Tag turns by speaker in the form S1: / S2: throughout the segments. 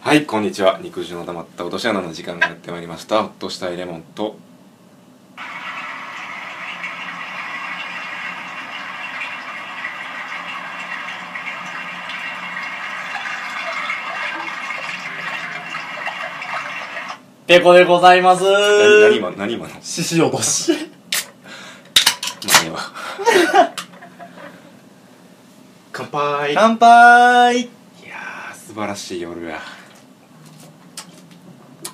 S1: はいこんにちは肉汁の溜まった落とし穴の時間がやってまいりましたほっとしたいレモンと
S2: ペコでございます
S1: 何何今何今の
S2: 獅子落とし。
S1: まあええわ 乾杯いや
S2: 乾杯
S1: ー素晴らしい夜や、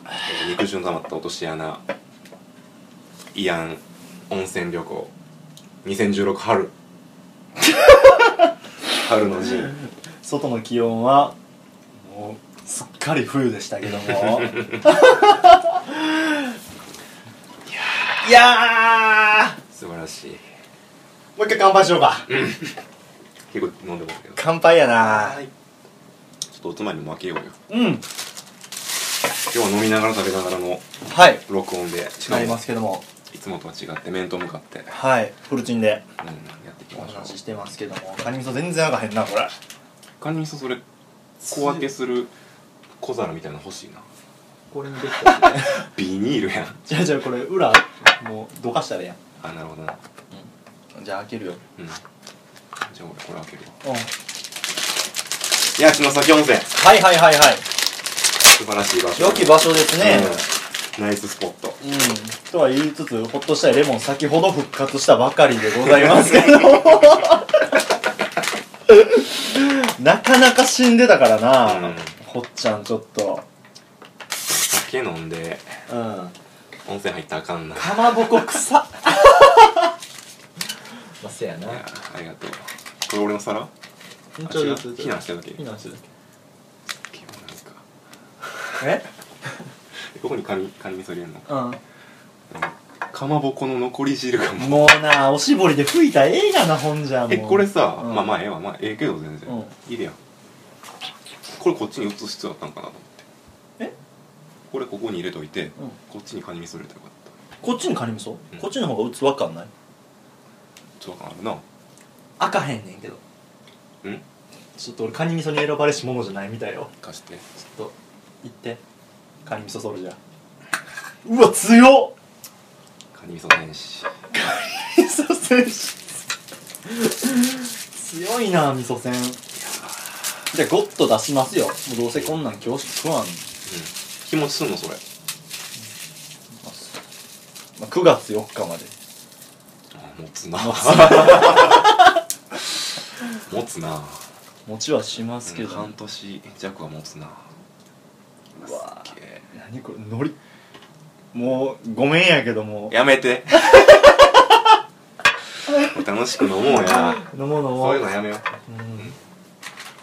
S1: えー肉汁の溜まった落とし穴イアン温泉旅行2016春春の陣
S2: 外の気温は、もう、すっかり冬でしたけど も。いやー
S1: 素晴らしい
S2: もう一回乾杯しようか。
S1: 結構飲んでますけど
S2: 乾杯やな
S1: はいちょっとおつまみも開けようよ
S2: うん。
S1: 今日は飲みながら食べながらの
S2: はい。
S1: 録音でしか
S2: なり
S1: も
S2: ますけども。
S1: いつもとは違って面と向かって、うん、
S2: はい。フルチンで
S1: やっていき
S2: お
S1: ましょう
S2: 話ししてますけども。カニ味噌全然あかへんな、これ。
S1: カニ味噌それ小分けする小皿みたいなの欲しいな
S2: これにできたや
S1: ビニールやん
S2: つね。じゃあじゃあこれ裏、もう、どかしたらええや
S1: あなるほどな、
S2: ん。じゃあ開けるよ。
S1: うん、じゃあ俺これ開けるわ
S2: うん。はい
S1: 八千の先温泉
S2: はいはいはい。
S1: 素晴らしい場所
S2: 良き場所です
S1: う
S2: ね。
S1: んナイススポット
S2: うん。とは言いつつ、ほっとしたいレモン先ほど復活したばかりでございますけど。 なかなか死んでたからな、
S1: うん
S2: ほっちゃんちょっと。
S1: 酒飲んで
S2: うん。
S1: 温泉入ったらあかんない
S2: かまぼこ臭っ。まあ、せやな
S1: やありがとうこれ俺の皿
S2: 緊
S1: あ違う避難してる時
S2: 避難してる
S1: 結構なんか
S2: え
S1: ここにカニカニ味噌入れるの
S2: う
S1: かまぼこの残り汁がも
S2: ん。
S1: う
S2: もうな、おしぼりで吹いたらええがな、ほんじゃもう。
S1: えこれさ、
S2: うん
S1: まあまあええわまあええけど全然、
S2: うん
S1: いいでやんこれこっちに移す必要あったんかなと思って
S2: え
S1: これここに入れといて、
S2: うん
S1: こっちにカニ味噌入れたらよかっ
S2: こっちにカニ味噌、
S1: うん
S2: こっちの方が器感ない
S1: たちょっとわかんないな
S2: あかへんねんけど
S1: うん
S2: ちょっと俺カニ味噌に選ばれしものじゃないみたいよ
S1: 貸して
S2: ちょっと行ってカニ味噌ソルジャーうわ強っ
S1: カニ味噌天使
S2: 味噌戦士強いな味噌戦じゃあゴッと出しますよもうどうせこんなん恐縮食わん
S1: 気持ちすんのそれ
S2: まあ、9月4日まで
S1: あ持つな持つな
S2: 持ちはしますけ
S1: うん
S2: ど、
S1: 半年弱は持つな
S2: うわ
S1: すっげえ
S2: 何これ海苔もうごめんやけども
S1: やめて楽しく飲もうや
S2: 飲もう飲も
S1: そういうのやめよう
S2: うん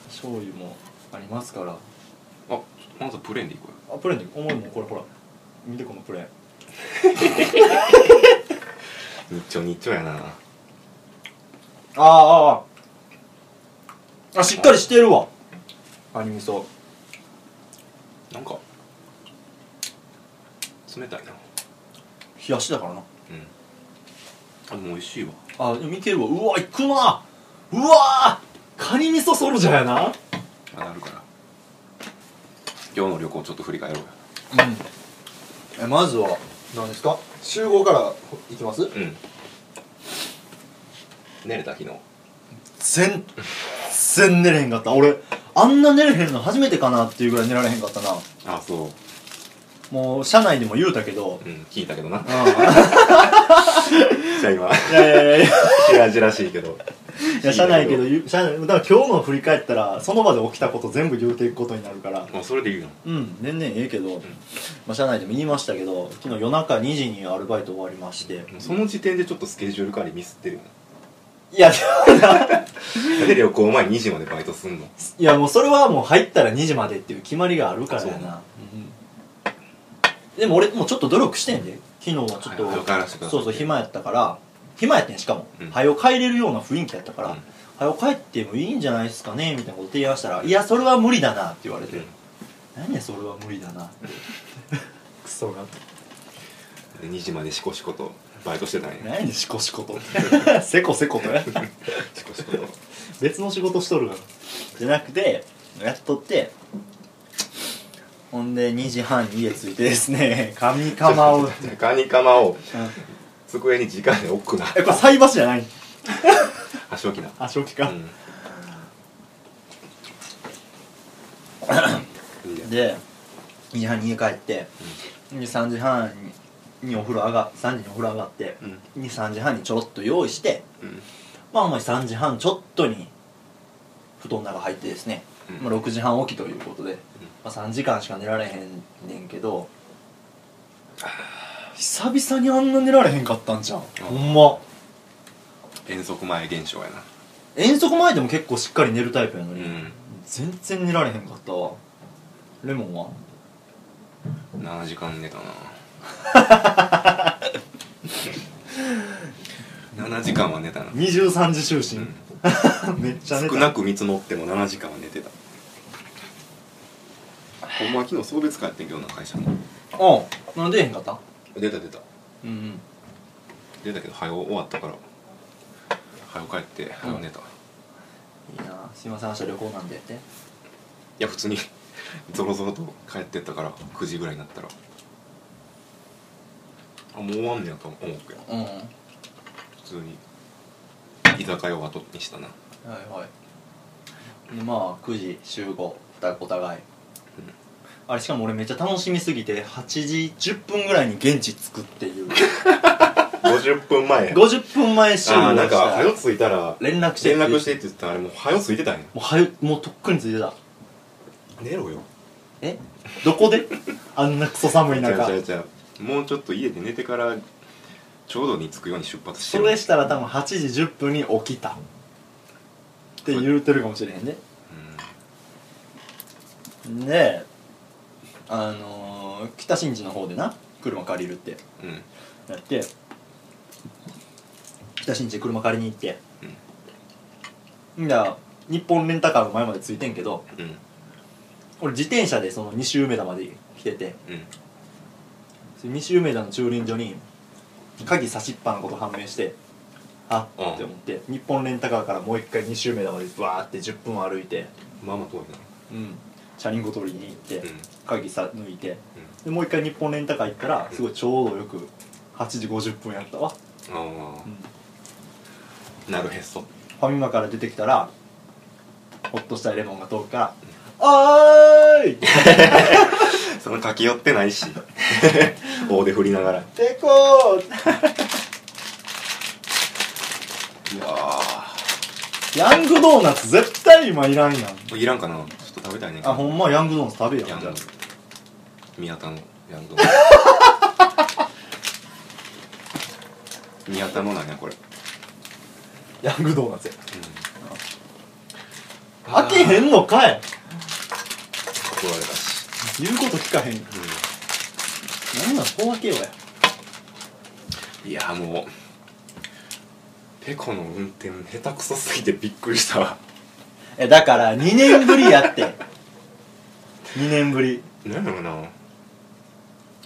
S2: 醤油もありますから
S1: あまずプレーンでいこうよ
S2: あプレーンで重いもんこれほら見てこのプレーン
S1: 日朝日朝やな
S2: あああああしっかりしてるわカニ味噌
S1: なんか冷たいな
S2: 冷やしだから
S1: う
S2: な
S1: んあでも美味しいわ
S2: あでもいけるわうわいくなうわカニ味噌ソルジャーやな
S1: まだあるから今日の旅行ちょっと振り返ろうよ
S2: うんえまずは何ですか集合からいきます
S1: うん寝れた昨日
S2: 全然寝れへんかった俺あんな寝れへんの初めてかなっていうぐらい寝られへんかったな
S1: あそ
S2: もう社内でも言うたけど
S1: ううん聞いたけどな
S2: うんい
S1: じゃあ今
S2: やいやいや
S1: じらじらしいけど
S2: いや、社内けど、ゆ社内、だから今日の振り返ったら、その場で起きたこと全部言うていくことになるから、
S1: もうそれでいいの
S2: うん、全然ええけど、まあ、社内でも言いましたけど、昨日夜中2時にアルバイト終わりまして、
S1: もうその時点でちょっとスケジュール管理ミスってるよ
S2: いや、
S1: ななんで旅行前2時までバイトすんの
S2: いやもうそれはもう入ったら2時までっていう決まりがあるからや
S1: そう
S2: な。うんでも俺、もうちょっと努力してんで、昨日はちょっと、
S1: はいはい帰らせてください
S2: そうそう、暇やったから、暇やってん、しかも
S1: うん。
S2: 早、う帰れるような雰囲気やったから、
S1: うん
S2: 早く帰ってもいいんじゃないですかねみたいなこと提案したら、いや、それは無理だなって言われて。何やそれは無理だなってクソが
S1: で2時までシコシコとバイトしてたんや
S2: 何でシコシコと セコ セコとや
S1: シコシコと
S2: 別の仕事しとるからじゃなくてやっとってほんで2時半に家着いてです ねカニカマを、うん
S1: カニカマを机に直で置くな
S2: えこれ菜箸じゃない
S1: 箸置きな
S2: あ正気か、
S1: うんいいや
S2: で2時半に家帰って、で3時半ににお風呂上が3時にお風呂上がって、で3時半にちょろっと用意して
S1: うん
S2: まあお前3時半ちょっとに布団の中入ってですね、
S1: うん
S2: まあ、6時半起きということで、まあ、3時間しか寝られへんねんけど久々にあんな寝られへんかったんじゃんほんま
S1: 遠足前現象やな
S2: 遠足前でも結構しっかり寝るタイプやの
S1: う
S2: に、
S1: ん
S2: 全然寝られへんかったわレモンは
S1: 7時間寝 たな7時間は寝たな、
S2: 23時就
S1: うん、
S2: 寝 めっちゃ寝た
S1: 少なく見積もっても7時間は寝てたほんまは昨日送別会やってんけどな会社の
S2: うんなんで出へんかった
S1: 出た出た
S2: うん
S1: 出たけど早う終わったから早う帰って早う寝た、い
S2: いいなすいません明日旅行なんでって
S1: や普通にゾロゾロと帰ってったから9時ぐらいになったらあもう終わんねやと思うけど
S2: うんはい
S1: 普通に居酒屋を後にしたな
S2: はいでまあ9時集合二お互い、あれしかも俺めっちゃ楽しみすぎて8時10分ぐらいに現地着くって いう
S1: 50分前や
S2: 50分前集合
S1: あーなん
S2: し
S1: か
S2: た
S1: 早よ着いたら
S2: 連絡して
S1: 連絡してって言ったらあれもう早よ着いてたんや
S2: もう早くもうとっくに着いてた
S1: 寝ろよ
S2: えどこで あんなクソ寒い
S1: じゃあ
S2: 中
S1: じゃあじゃあもうちょっと家で寝てからちょうどに着くように出発して
S2: そ
S1: る
S2: れしたら多分8時10分に起きたって言うてるかもしれへんねであのー、北新地の方でな車借りるって
S1: うんうん
S2: やって北新地で車借りに行ってんだら日本レンタカーの前までついてんけど
S1: うん
S2: 俺自転車でその西梅田まで来てて
S1: うん
S2: その西梅田の駐輪場に鍵差しっぱなこと判明してあ
S1: うん
S2: って思って日本レンタカーからもう一回西梅田までバーって10分歩いて、
S1: まあまあ遠いな
S2: うん、車輪ごと取りに行って、
S1: うん
S2: 鍵さ抜いてでもう一回日本レンタカー行ったらすごいちょうどよく8時50分やったわ、
S1: うんあ
S2: うん
S1: あなるへそ
S2: ファミマから出てきたらほっとしたレモンが通るから「おーい!」
S1: その駆け寄ってないし大手振りながらい
S2: てこー
S1: やー
S2: ヤングドーナツ絶対今いらんやん
S1: これいらんかなちょっと食べたいねんけど
S2: あほんまヤングドーナツ食べよ
S1: ヤン
S2: じ
S1: グ
S2: ゃあ
S1: 宮田のヤング宮田のなんやこれ
S2: ヤングドーナツや飽きへんのか
S1: 怒
S2: い
S1: られたし、
S2: 言うこと聞かへんなんなんそう分けようや
S1: いやもうペコの運転下手くそすぎてびっくりしたわ
S2: えだから2年ぶりやって2年ぶり
S1: なんだろうな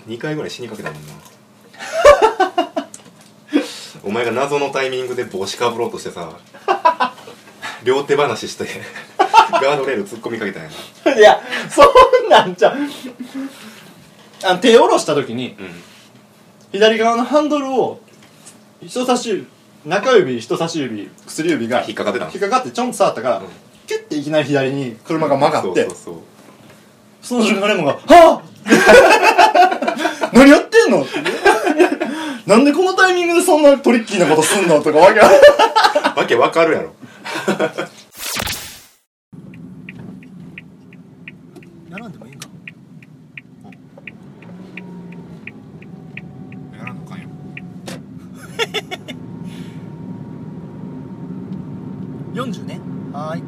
S1: 2回ぐらい死にかけたも んなお前が謎のタイミングで帽子かぶろうとしてさ両手話してガードレール突っ込みかけたんやない
S2: やそんなんじゃあの手下ろした時に
S1: うん
S2: 左側のハンドルを人差し指中指人差し指薬指が
S1: 引っかかってたの
S2: 引っかかってちょんと触ったから、
S1: うん
S2: キュッていきなり左に車が曲がっ
S1: そ
S2: て
S1: うそうそう
S2: その瞬間レモンが「はあ 何やってんの?」ってなんでこのタイミングでそんなトリッキーなことすんのとかわけわ
S1: わけわかるやろ
S2: 並んでもいい んか
S1: やらんのかんよ
S2: 40ねはーい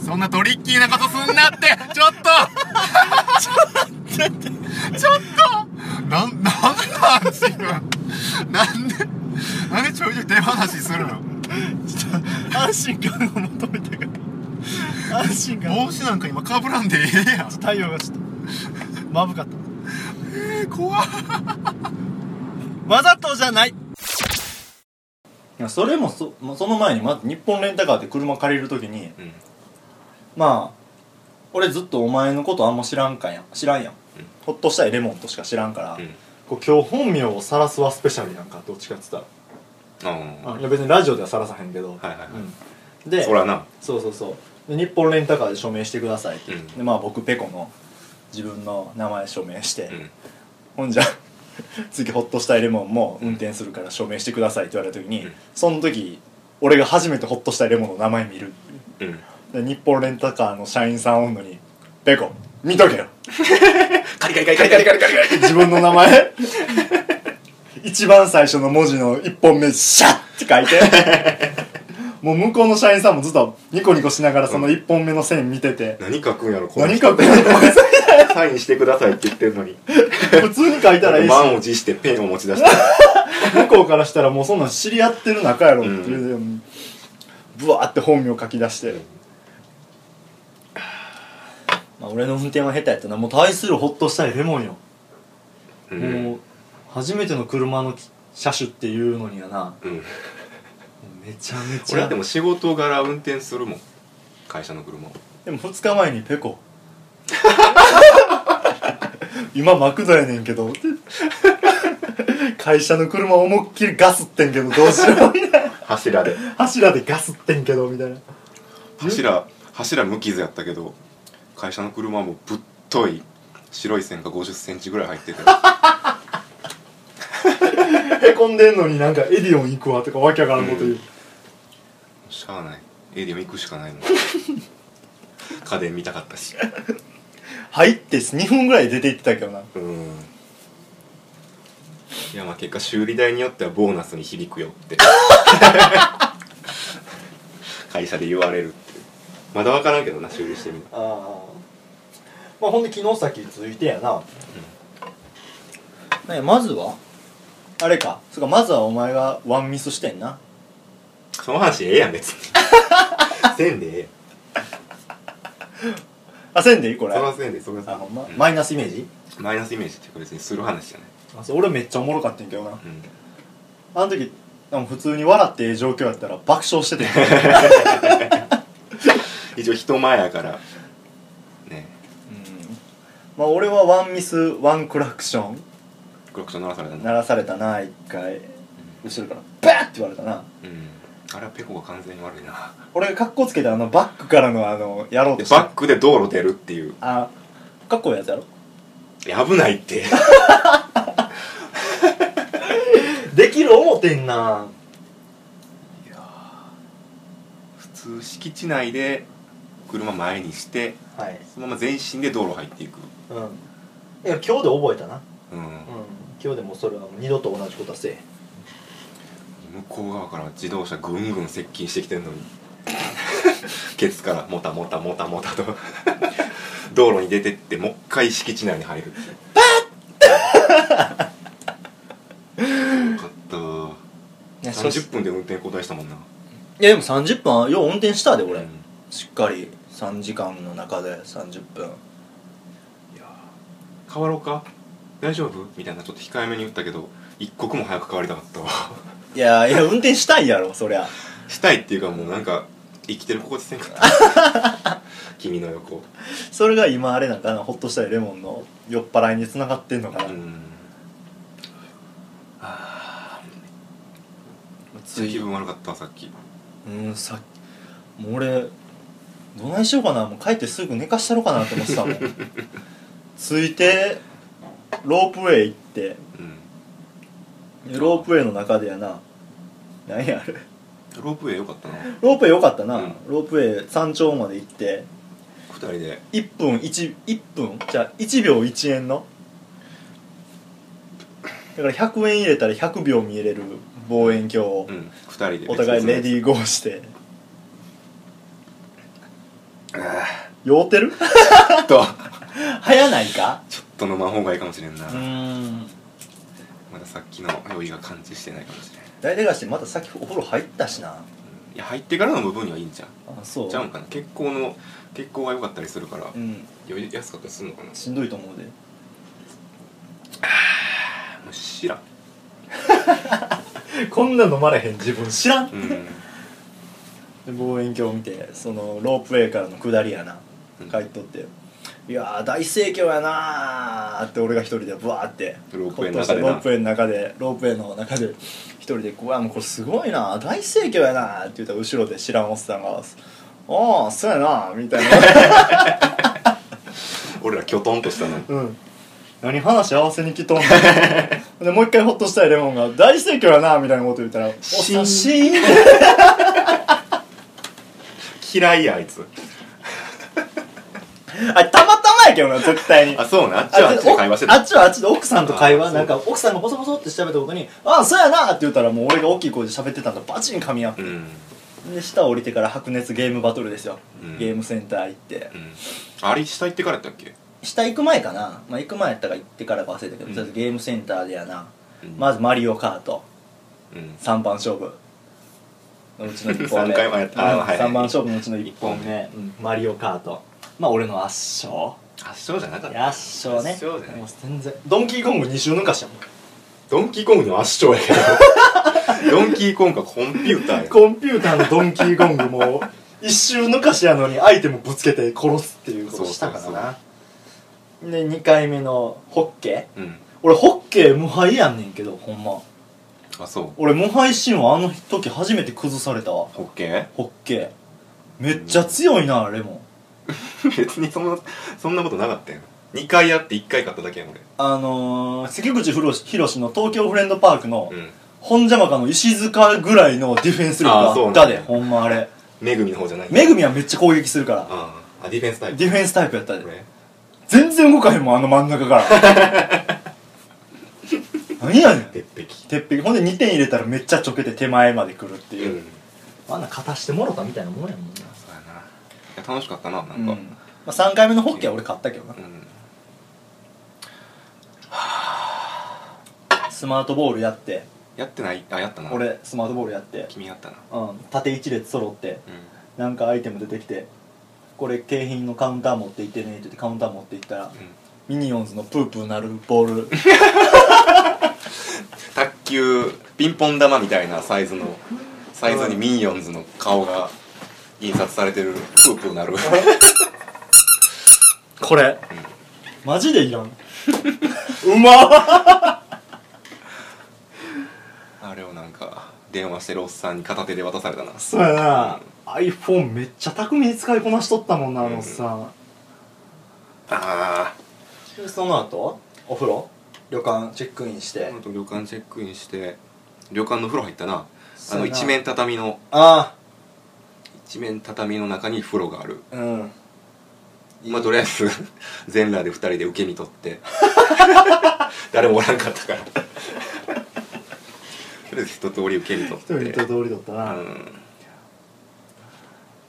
S1: そんなトリッキーなことすんなって ちょっとちょっとなんなんなん自分なんでなんでちょいちょい手放しするの
S2: 安心感を求めてから安心感
S1: 帽子なんか今かぶらんでええやん
S2: 太陽がちょっとまぶかった
S1: えー、怖っ
S2: わざとじゃないそれもそもうその前にまず日本レンタカーで車借りるときに
S1: うん
S2: まあ俺ずっとお前のことあんま知らんかんや知らんやん、
S1: うん
S2: ほっとしたいレモンとしか知らんから、
S1: うん
S3: こう今日本名を晒すはスペシャルやんかどっちかっつったら、
S1: あ
S3: あいや別にラジオでは晒さへんけど、
S1: はいはいはい
S3: うん、で
S1: あそらな
S3: そうそうそうで日本レンタカーで署名してくださいって、
S1: うん
S2: でまあ僕ペコの自分の名前署名して、
S1: うん
S2: ほんじゃ 次ホッとしたいレモンも運転するから署名してくださいって言われた時に、
S1: うん
S2: その時俺が初めてホッとしたいレモンの名前見る
S1: うん
S2: で日本レンタカーの社員さんおんのに「ペコ見とけよ
S1: カリカリカリカリカリカリカリ」
S2: 自分の名前 一番最初の文字の1本目「シャッ!」って書いて もう向こうの社員さんもずっとニコニコしながらその1本目の線見てて、
S1: 何書くんやろこの
S2: 何
S1: 人
S2: かペン
S1: サインしてくださいって言ってるのに
S2: 普通に書いたらいいし
S1: 満を持してペンを持ち出した
S2: 向こうからしたらもうそんなん知り合ってる仲やろっていう、ブワーって本名書き出して、まあ、俺の運転は下手やったなもう
S3: 対するホッとしたいレモンよ、
S1: う
S3: もう初めての車の車種っていうのにはな
S1: うん
S3: めちゃめちゃ
S1: 俺はでも仕事柄運転するもん会社の車を
S2: でも2日前にペコ今マクドやねんけどって会社の車思いっきりガスってんけどどうしようみたいな
S1: 柱で
S3: 柱でガスってんけどみたいな
S1: 柱柱無傷やったけど会社の車もぶっとい白い線が5 0ンチぐらい入ってて
S3: へこんでんのになんかエディオン行くわとかわけわからんこと言う、
S1: うんしゃあないエディオン行くしかないもん 家電見たかったし
S2: 入って2分ぐらい出て行ってたけどな
S1: うんいやまあ結果修理代によってはボーナスに響くよって 会社で言われるっていうまだ分からんけどな修理してみる
S3: ああまあほんで昨日先続いてやな、
S2: ねまずはあれかそっかまずはお前がワンミスしてんな
S1: その話ええやん別に せんでええやん
S2: あせんでいいこれ
S1: そらせんでそらせ
S2: あ
S1: んで
S2: ほんま
S1: うん
S2: マイナスイメージ
S1: マイナスイメージって別にする話じゃない
S2: あそう俺めっちゃおもろかったんやけどな
S1: うん
S2: あの時あの普通に笑ってええ状況やったら爆笑 してて
S1: 一応人前やからね
S2: まあ俺はワンミスワンクラクション
S1: クラクション鳴らされた
S2: 鳴
S1: な
S2: らされたな一回後ろからバーって言われたな
S1: うんあれはペコが完全に悪いな
S2: 俺が格好つけてあのバックからのあのやろう
S1: で
S2: とした
S1: バックで道路出るっていう
S2: あかっこいいやつやろ
S1: いや危ないって
S3: できる思てんな
S1: 普通敷地内で車前にして
S3: はい
S1: そのまま全身で道路入っていく
S3: うんいや今日で覚えたな
S1: うん、
S3: 今日でもうそれはもう二度と同じことはせえ
S1: 向こう側から自動車ぐんぐん接近してきてんのに ケツからもたもたもたもたと 道路に出てってもう一回敷地内に入る パッよかったわ
S2: いやそし
S1: 30分で運転交代したもんな、
S2: いやでも30分はよう運転したで俺、
S1: うん
S2: しっかり3時間の中で30分
S1: 変わろうか大丈夫みたいなちょっと控えめに言ったけど一刻も早く変わりたかったわ
S2: いやいや運転したいやろそりゃ
S1: したいっていうかもうなんか生きてる心地せんかった 君の横
S2: それが今あれなんかなホッとしたいレモンの酔っ払いに繋がってんのかな、
S1: うん
S2: つい
S1: 気分悪かったわさっき
S2: うんさもう俺どないしようかなもう帰ってすぐ寝かしたろうかなと思ってたもん着いてロープウェイ行って
S1: うん
S2: ロープウェイの中でやな何やあれ
S1: ロープウェイよかったな
S2: ロープウェイよかったな、
S1: うん
S2: ロープウェイ山頂まで行って
S1: 二人で
S2: 1分 1, 1分じゃあ1秒1円のだから100円入れたら100秒見れる望遠鏡を
S1: うん二人で
S2: お互いレディーゴーして酔うてる
S1: ーっと
S2: 早ないか
S1: ちょっと飲まん方がいいかもしれんな、
S2: ん
S1: まださっきの酔いが感知してないかもしれん
S2: 大手がしてまたさっきお風呂入ったしない
S1: や入ってからの部分にはいいんじゃん
S2: あそう
S1: ちゃうんかな血行の血行が良かったりするから
S2: うん
S1: 酔いやすかったりするのかな
S2: しんどいと思うで
S1: もう知らん
S3: こんな飲まれへん自分知らん
S1: うん
S4: で望遠鏡を見てそのロープウェイからの下りやな
S1: うん
S4: 帰っとって「いやー大盛況やなー」って俺が一人でブワーって
S1: ロープウェイの
S4: ほっとして
S1: 中で
S4: ロ
S1: な
S4: ープウェイの中でロープウェイの中で一人で「うわもうこれすごいなー大盛況やなー」って言ったら後ろで知らんおっさんが「ああそうやなー」みたいな、
S1: 俺らきょとんとしたのに
S4: うん、何話合わせに来とんの でもう一回ホッとしたいレモンが「大盛況やなー」みたいなこと言ったら「おっ
S1: シ
S4: さ
S1: ーン
S4: んシーン」
S1: 嫌いやあいつ
S4: あたまたまやけどな絶対に
S1: あそうなあっちはあっちで会話して
S4: あ
S1: た
S4: っちはあっちで奥さんと会
S1: あ
S4: 話
S1: ー
S4: なんか奥さんがボソボソって喋ったことに「ああそうやな」って言ったらもう俺が大きい声で喋ってたんだバチン噛み合って
S1: う、ん
S4: で下降りてから白熱ゲームバトルですよ、
S1: うん
S4: ゲームセンター行って
S1: うんあれ下行ってからやったっけ
S4: 下行く前かな、まあ、行く前やったか行ってからか忘れたけど、
S1: うん
S4: とりあえずゲームセンターでやな、
S1: うん
S4: まず「マリオカート
S1: うん」
S4: 3番勝負のうちの1本目
S1: 三回もやったあーはい
S4: 3番勝負のうちの1
S2: 一
S4: 本
S2: 本
S4: 目
S2: 目、うんマリオカートまあ俺の圧勝
S1: 圧勝じゃなかった
S2: 圧勝ね
S1: 圧勝じゃない
S2: もう全然ドンキーコング2周抜かしたもん
S1: ドンキーコングの圧勝やけど ドンキーコングはコンピューターや
S2: コンピューターのドンキーコングも一周抜かしやのにアイテムぶつけて殺すっていうことしたからなで2回目のホッケー
S1: うん
S2: 俺ホッケー無敗やんねんけどほんま
S1: あそう
S2: 俺無敗神話あの時初めて崩されたわ
S1: ホッケー
S2: ホッケーめっちゃ強いなレモン
S1: 別にそんなそんなことなかったよ2回やって1回勝っただけやん俺
S2: あのー、関口博博の東京フレンドパークの
S1: うん
S2: 本邪魔かの石塚ぐらいのディフェンス力
S1: あーそうな
S2: あっ
S1: んだ
S2: たでほんまあれ
S1: めぐみの方じゃない
S2: めぐみはめっちゃ攻撃するから
S1: あああディフェンスタイプ
S2: ディフェンスタイプやったで
S1: これ
S2: 全然動かへんもんあの真ん 中から何やねん
S1: 鉄壁
S2: 鉄壁ほんで2点入れたらめっちゃちょけて手前まで来るって
S1: うん
S2: いう、あんな勝たしてもろたみたいなもんやもんな
S1: そうやないや楽しかったななんか、
S2: うんまあ、3回目のホッケーは俺勝ったけどなスマートボールやって
S1: やってないあやったな
S2: 俺スマートボールやって、
S1: 君やったな
S2: うん、縦一列揃って
S1: う
S2: なんかアイテム出てきてこれ景品のカウンター持って行ってねって言ってカウンター持って行ったら
S1: ん、うん、
S2: ミニオンズのプープーなる ボール
S1: 卓球ピンポン玉みたいなサイズのサイズにミニオンズの顔が印刷されてるプープーな る
S2: これ、マジでいらんうまっ
S1: あれをなんか電話してるおっさんに片手で渡されたな
S2: そうやな iPhone めっちゃ巧みに使いこなしとったもんなあのおっさん、
S1: あ
S2: でその後お風呂旅館チェックインして、
S1: あと旅館チェックインして旅館の風呂入ったなあ
S2: そう
S1: の
S2: やな
S1: 一面畳の
S2: あ
S1: 一面畳の中に風呂がある
S2: あうん
S1: まあとりあえず 全裸で二人で受け身取って 誰もおらんかったから とりあえず一通り受け身取って
S2: 一人と通りだったな、
S1: うん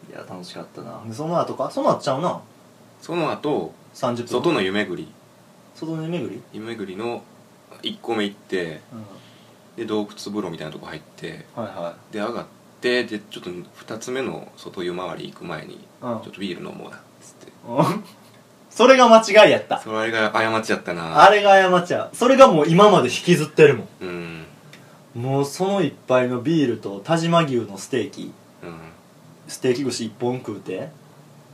S2: いや楽しかったなでその後かその後ちゃうな
S1: その後
S2: 30分
S1: 外の夢ぐり
S2: 外の巡り
S1: 夢ぐりの1個目行って
S2: うん
S1: で洞窟風呂みたいなとこ入って
S2: はいは
S1: で上がってでちょっと2つ目の外湯回り行く前にち
S2: うん
S1: ょっとビール飲もうなっつって
S2: いうんそれが間違いやった
S1: それが過ちやったな
S2: あれが過ちやそれがもう今まで引きずってるも
S1: うん
S2: んもうその一杯のビールと但馬牛のステーキ
S1: うん
S2: ステーキ串一本食うて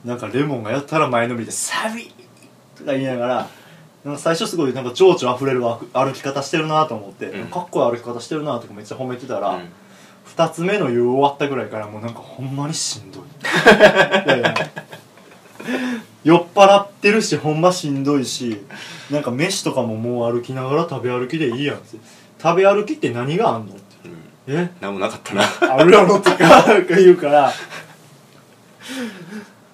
S2: なんかレモンがやったら前のめりで「サビ!」とか言いながらなんか最初すごいなんか情緒あふれるわ歩き方してるなと思って、
S1: うん
S2: かっこいい歩き方してるなとかめっちゃ褒めてたら、
S1: うん
S2: 二つ目の湯終わったぐらいからもうなんかほんまにしんどい いやいや酔っ払ってるしほんましんどいしなんか飯とかももう歩きながら食べ歩きでいいやんって食べ歩きって何があんのって
S1: うん
S2: え
S1: 何もなかったな
S2: あるやろとか なんか言うから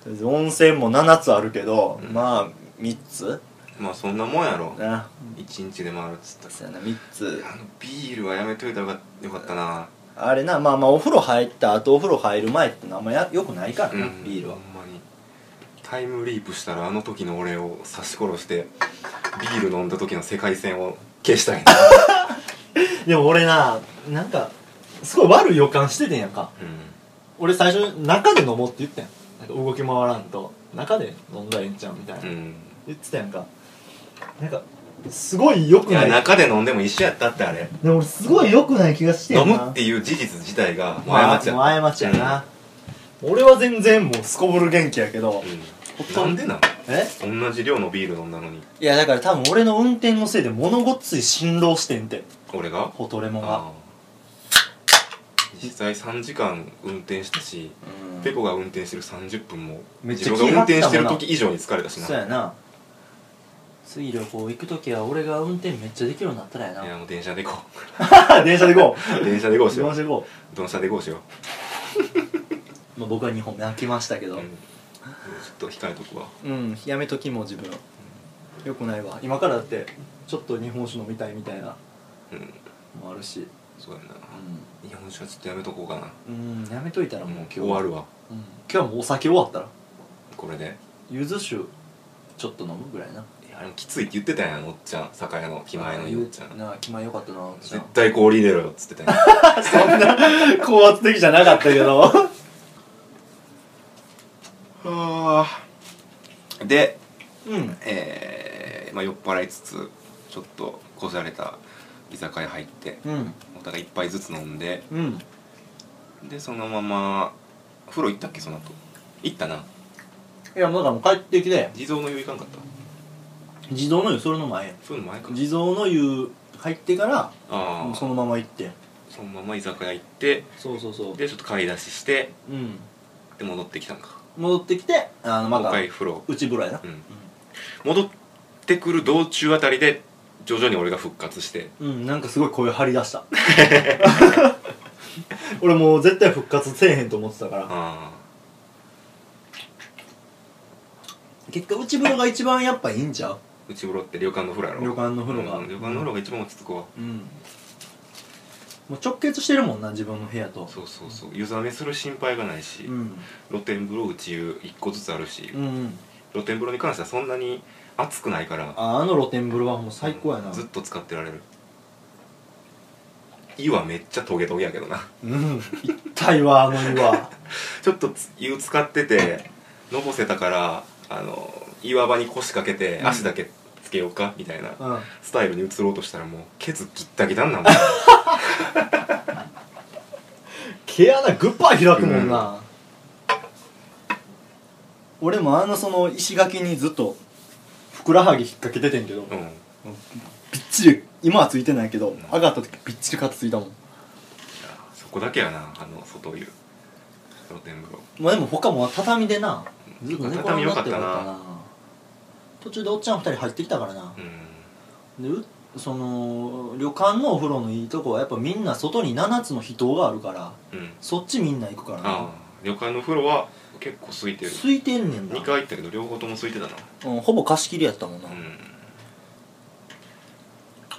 S2: とりあえず温泉も7つあるけど、
S1: うん
S2: まあ3つ
S1: まあそんなもんや ろ
S2: な
S1: 一日で回るっつったら
S2: そうやな3つ
S1: あのビールはやめといたらよかよかったな
S2: あれなまあまあお風呂入った後お風呂入る前ってのはあんまやよくないからな、
S1: うん
S2: ビールは
S1: ほんまにタイムリープしたらあの時の俺を刺し殺してビール飲んだ時の世界線を消したいな、
S2: でも俺ななんかすごい悪い予感しててんやんか
S1: う
S2: 俺最初中で飲もうって言ったやんなんか動き回らんと中で飲んだらええんちゃうみたいな、
S1: ん
S2: 言ってたやんかなんかすごい良
S1: うん、
S2: く
S1: いや
S2: ない
S1: 中で飲んでも一緒やったってあれ
S2: でも俺すごい良くない気がしてん
S1: 飲
S2: な
S1: むっていう事実自体がもう
S2: まあ
S1: 過
S2: も
S1: ちや
S2: う過ちやな、俺は全然もう
S5: すこぶる元気やけど
S1: う
S2: ほ
S1: ん、
S2: と
S1: なん
S2: ん
S1: でな
S2: え
S1: の同じ量のビール飲んだのに
S2: いやだから多分俺の運転のせいで物ごっつい振動してんて
S1: 俺が
S2: ホトレモンが
S1: あー実際3時間運転したし
S2: うん
S1: ペコが運転してる30分も
S2: めっち
S1: 自
S2: ゃ
S1: 分が
S2: 気
S1: 運転
S2: 張ったもんな
S1: してる時以上に疲れたしな
S2: そうやな次旅行行く時は俺が運転めっちゃできるようになったらや
S1: いやもう電車で行こ
S2: な 電車で行こ
S1: う電車で行こ
S2: う
S1: うしよ
S2: 電車で行こ
S1: う電車で行こうしよ
S2: う、まあ、僕は2本目開きましたけ
S1: う、
S2: ど
S1: うん、ちょっと控えとくわ
S2: うんやめときもう自分よくないわ今からだってちょっと日本酒飲みたいみたいな
S1: うん
S2: もあるし
S1: そうやな日本酒はちょっとやめとこうかな
S2: うん、やめといたらもう
S1: もう
S2: 今日
S1: 終わるわ
S2: うん、今日はもうお酒終わったら
S1: これで
S2: ゆず酒ちょっと飲むぐらいない
S1: やあれもきついって言ってたやんおっちゃん酒屋の気前のいいおっちゃん
S2: なあ気前よかったなじゃ
S1: 絶対氷入れろよっつってたやん
S2: あそんな 高圧的じゃなかったけ ど
S1: はあ で
S2: うん
S1: えー、まあ酔っ払いつつちょっとこじゃれた居酒屋入って
S2: うん
S1: お互い一杯ずつ飲んで
S2: うん
S1: でそのまま風呂行ったっけその後行ったない
S2: やもうだからもう帰ってきて
S1: 地蔵の湯行かんかった
S2: 自動の湯それの前や
S1: そういうの前か
S2: 自動の湯入ってから
S1: あ
S2: もう
S1: あ
S2: そ
S1: そ
S2: のまま行って
S1: のまま居酒屋行って
S2: そうそうそう
S1: でちょっと買い出しして
S2: うん
S1: で戻ってきたんか
S2: 戻ってきてあのま
S1: もう一
S2: た
S1: 回風呂
S2: 内風呂やな
S1: うん戻ってくる道中あたりで徐々に俺が復活して
S2: うん、うん、なんかすごい声張り出した 俺もう絶対復活せえへんと思ってたから
S1: あ
S2: 結果内風呂が一番やっぱいいんちゃう
S1: あ内風呂って旅館の風呂やろ
S2: 旅館の風呂が
S1: うん旅館の風呂が一番落ち着くわ
S2: うんもう直結してるもんな自分の部屋と
S1: そうそうそう湯冷めする心配がないし、
S2: うん
S1: 露天風呂内湯一個ずつあるし、
S2: うんうん
S1: 露天風呂に関してはそんなに熱くないから
S2: ああの露天風呂はもう最高やな
S1: ずっと使ってられる湯はめっちゃトゲトゲやけどな
S2: うん痛いわあの湯 は
S1: ちょっとつ湯使っててのぼせたからあの岩場に腰掛けて
S2: うん
S1: 足だけつけようか、みたいな
S2: うん
S1: スタイルに移ろうとしたらもうケツギッタギタになんもん
S2: 毛穴グッパー開くもんな、俺もあのその石垣にずっとふくらはぎ引っ掛けててんけど、
S1: う
S2: びっ
S1: ん
S2: ちり今はついてないけど、上がった時びっちり肩ついたもん
S1: そこだけやなあの外湯露天風呂
S2: まあでも他も畳でなずっと寝転
S1: 畳
S2: が
S1: 良
S2: っ
S1: か
S2: て
S1: った
S2: る
S1: な
S2: からな途中でおっちゃん二人入ってきたからな
S1: う、ん
S2: でうその旅館のお風呂のいいとこはやっぱみんな外に7つの秘湯があるから
S1: うん
S2: そっちみんな行くから
S1: あ
S2: な
S1: あ旅館の風呂は結構空いてる
S2: 空いてんねんな
S1: 2回行ったけど両方とも空いてたな
S2: うん、ほぼ貸し切りやったもんな、
S1: うん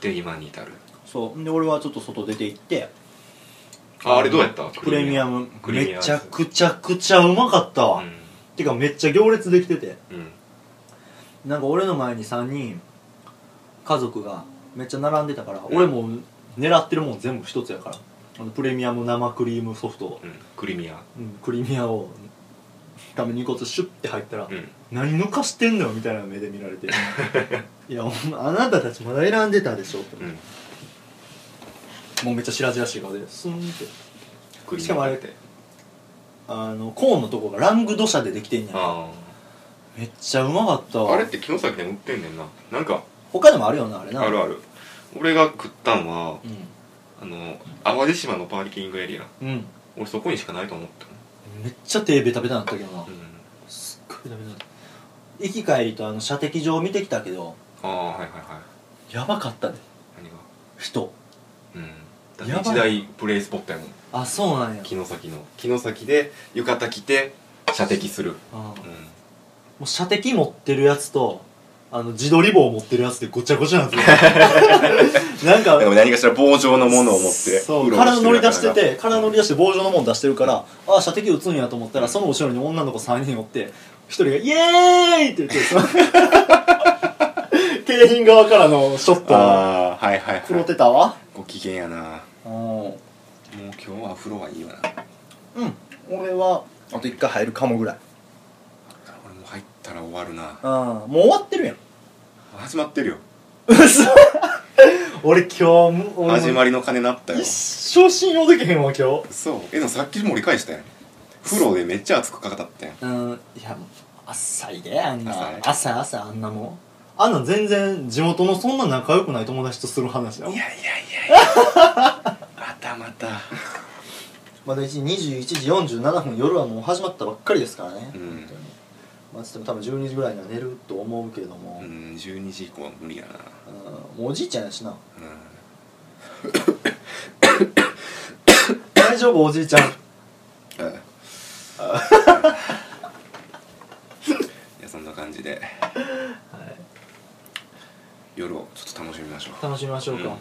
S1: で今に至る
S2: そうで俺はちょっと外出て行って
S1: ああれどうやった
S2: プレミアム
S1: クリーニング
S2: めちゃくちゃくちゃうまかったわ、
S1: う
S2: てかめっちゃ行列できてて
S1: んうん
S2: なんか俺の前に3人家族がめっちゃ並んでたから、俺も狙ってるもん全部一つやからあのプレミアム生クリームソフトを、
S1: うんクリミア
S2: うん、クリミアをためにこつシュッて入ったら、
S1: うん
S2: 何抜かしてんのよみたいな目で見られ ていやお前あなたたちまだ選んでたでしょって、
S1: うん
S2: もうめっちゃ白々しい顔でスンって
S1: クリミア
S2: しかもあれ
S1: て
S2: あのコーンのとこがラングド社でできてんや
S1: あ
S2: めっちゃうまかった
S1: あ
S2: わ
S1: あれって城崎でも売ってんねんななんか
S2: 他でもあるよなあれな
S1: あるある俺が食ったんは
S2: う
S1: あの淡路島のパーキングエリア
S2: ん、うん、
S1: 俺そこにしかないと思った
S2: めっちゃ手ベタベタなったけどな、
S1: うん
S2: すっごいベタベタだった行き帰りとあの射的場見てきたけど
S1: ああはいはいはい
S2: やばかったで
S1: 何が
S2: 人
S1: うんだっ
S2: やばい
S1: て一大プレイスポットやもん
S2: あそうなんや
S1: 城崎の城崎で浴衣着て射的する
S2: あ
S1: う
S2: ーも
S1: ん
S2: う射的持ってるやつとあの自撮り棒持ってるやつでごちゃごちゃなんで すよなんか
S1: でも何かしら棒状のものを持って
S2: そう
S1: うろうろ
S2: 体乗り出してて体乗り
S1: 出
S2: 出して棒状のもん出してるから、ああ射的打つんやと思ったらその後ろに女の子3人おって一人が「イエーイ!」って言ってその 景品側からのショットは
S1: ああはいはい
S2: 黒
S1: はい
S2: てたわ
S1: ご機嫌やな
S2: うん
S1: もう今日は風呂はいいわな
S2: 俺はあと1回入るかもぐらい
S1: 俺もう入ったら終わるな
S2: うんもう終わってるやん
S1: 始まってるよ
S2: 嘘 俺今日も
S1: 始まりの鐘なったよ
S2: 一生信用できへんわ今日
S1: そうえでもさっきも折り返したやんプロでめっちゃ熱くかかったやん
S2: うんいや浅いであん
S1: 浅い
S2: な朝朝あんなもんあんなん全然地元のそんな仲良くない友達とする話だもん
S1: いやいやいや またまた
S2: まだ一21時47分夜はもう始まったばっかりですからね、
S1: うん
S2: 本当にまあつっても多分12時ぐらいには寝ると思うけれども、
S1: う
S2: うん
S1: ん12時以降は無理やな
S2: もうおじいちゃんやしな
S1: う
S2: 大丈夫おじいちゃん
S1: んうんい やそんな感じで夜をちょっと楽しみましょう
S2: 楽しみましょうか、
S1: うん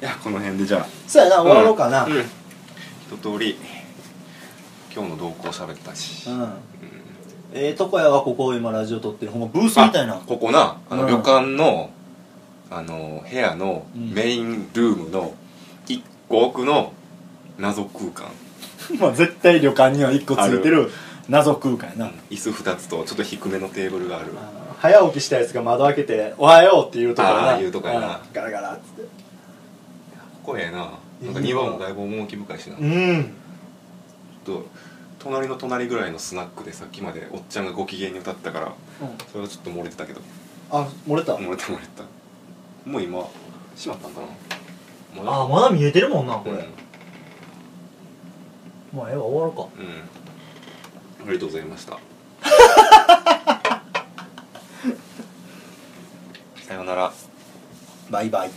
S1: いやこの辺でじゃあ
S2: そうやな終わろうかな
S1: うん一通り今日の動向喋ったし、
S2: うんええとこやわここ今ラジオ撮ってるほんまブースみたいな
S1: ここなあの
S2: うん
S1: 旅館の、あの部屋のメインルームの一個奥の謎空間、
S6: まあ絶対旅館には1個ついてる謎空間やな
S1: 椅子2つとちょっと低めのテーブルがある
S2: あの早起きしたやつが窓開けて「おはよう」って言うとこやな
S1: あー言うとこやな
S2: うんガラガラっつって
S1: ここええななんか庭もだいぶ趣深いしなちょっ
S2: うん
S1: と隣の隣ぐらいのスナックでさっきまでおっちゃんがご機嫌に歌ったからそれはちょっと漏れてたけど
S2: あ漏れた、
S1: 漏れた漏れたもう今閉まったんかな
S2: あまだ見えてるもんな
S1: こ
S2: こ
S1: れ
S2: れ、まあええわ終わろうか
S1: うん、ありがとうございましたさようなら
S2: バイバイ